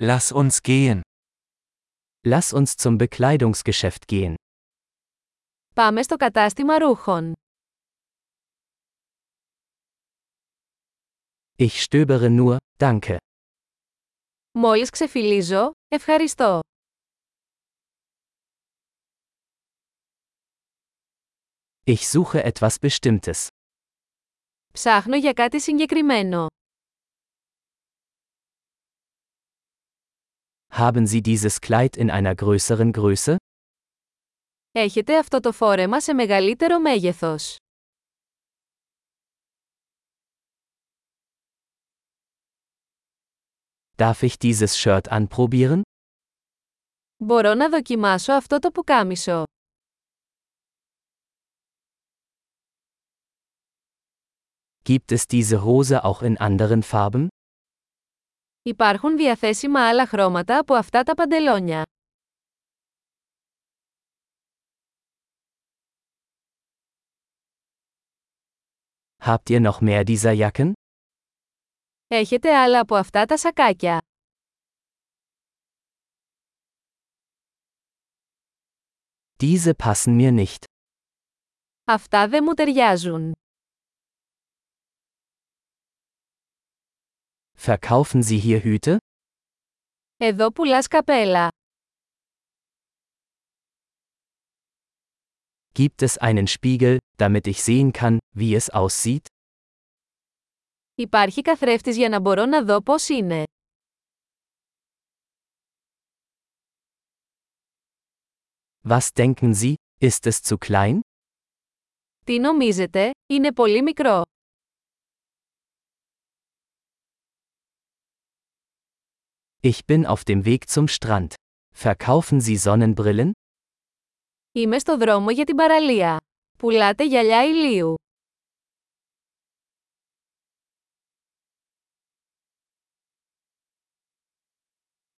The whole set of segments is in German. Lass uns gehen. Lass uns zum Bekleidungsgeschäft gehen. Πάμε στο κατάστημα ρούχων. Ich stöbere nur, danke. Μόλις ξεφυλίζω, ευχαριστώ. Ich suche etwas Bestimmtes. Ψάχνω για κάτι συγκεκριμένο. Haben Sie dieses Kleid in einer größeren Größe? Έχετε αυτό το φόρεμα σε μεγαλύτερο μέγεθος. Darf ich dieses Shirt anprobieren? Μπορώ να δοκιμάσω αυτό το πουκάμισο. Gibt es diese Hose auch in anderen Farben? Υπάρχουν διαθέσιμα άλλα χρώματα από αυτά τα παντελόνια. Habt ihr noch mehr dieser Jacken? Έχετε άλλα από αυτά τα σακάκια. Diese passen mir nicht. Αυτά δεν μου ταιριάζουν. Verkaufen Sie hier Hüte? Εδώ πουλάς καπέλα. Gibt es einen Spiegel, damit ich sehen kann, wie es aussieht? Υπάρχει καθρέφτης για να μπορώ να δω πώς είναι. Was denken Sie, ist es zu klein? Τι νομίζετε, είναι πολύ μικρό. Ich bin auf dem Weg zum Strand. Verkaufen Sie Sonnenbrillen? Είμαι στο δρόμο για την παραλία. Πουλάτε γυαλιά ηλίου.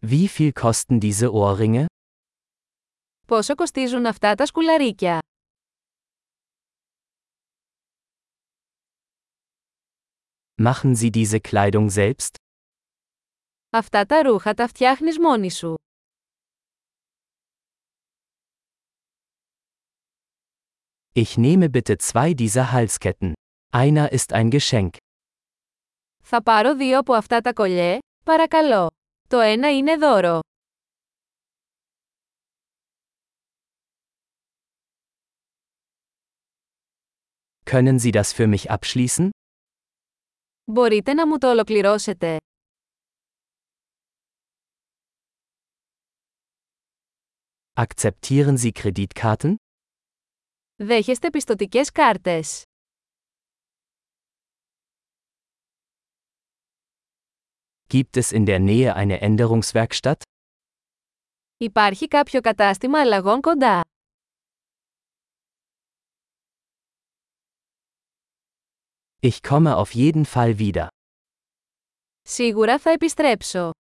Wie viel kosten diese Ohrringe? Πόσο κοστίζουν αυτά τα σκουλαρίκια. Machen Sie diese Kleidung selbst? Αυτά τα ρούχα τα φτιάχνεις μόνη σου. Ich nehme bitte zwei dieser Halsketten. Einer ist ein Geschenk. Θα πάρω δύο από αυτά τα κολλιέ, παρακαλώ. Το ένα είναι δώρο. Können Sie das für mich abschließen? Μπορείτε να μου το ολοκληρώσετε. Akzeptieren Sie Kreditkarten? Δέχεστε πιστοτικές κάρτες. Gibt es in der Nähe eine Änderungswerkstatt? Υπάρχει κάποιο κατάστημα αλλαγών κοντά. Ich komme auf jeden Fall wieder. Σίγουρα θα επιστρέψω.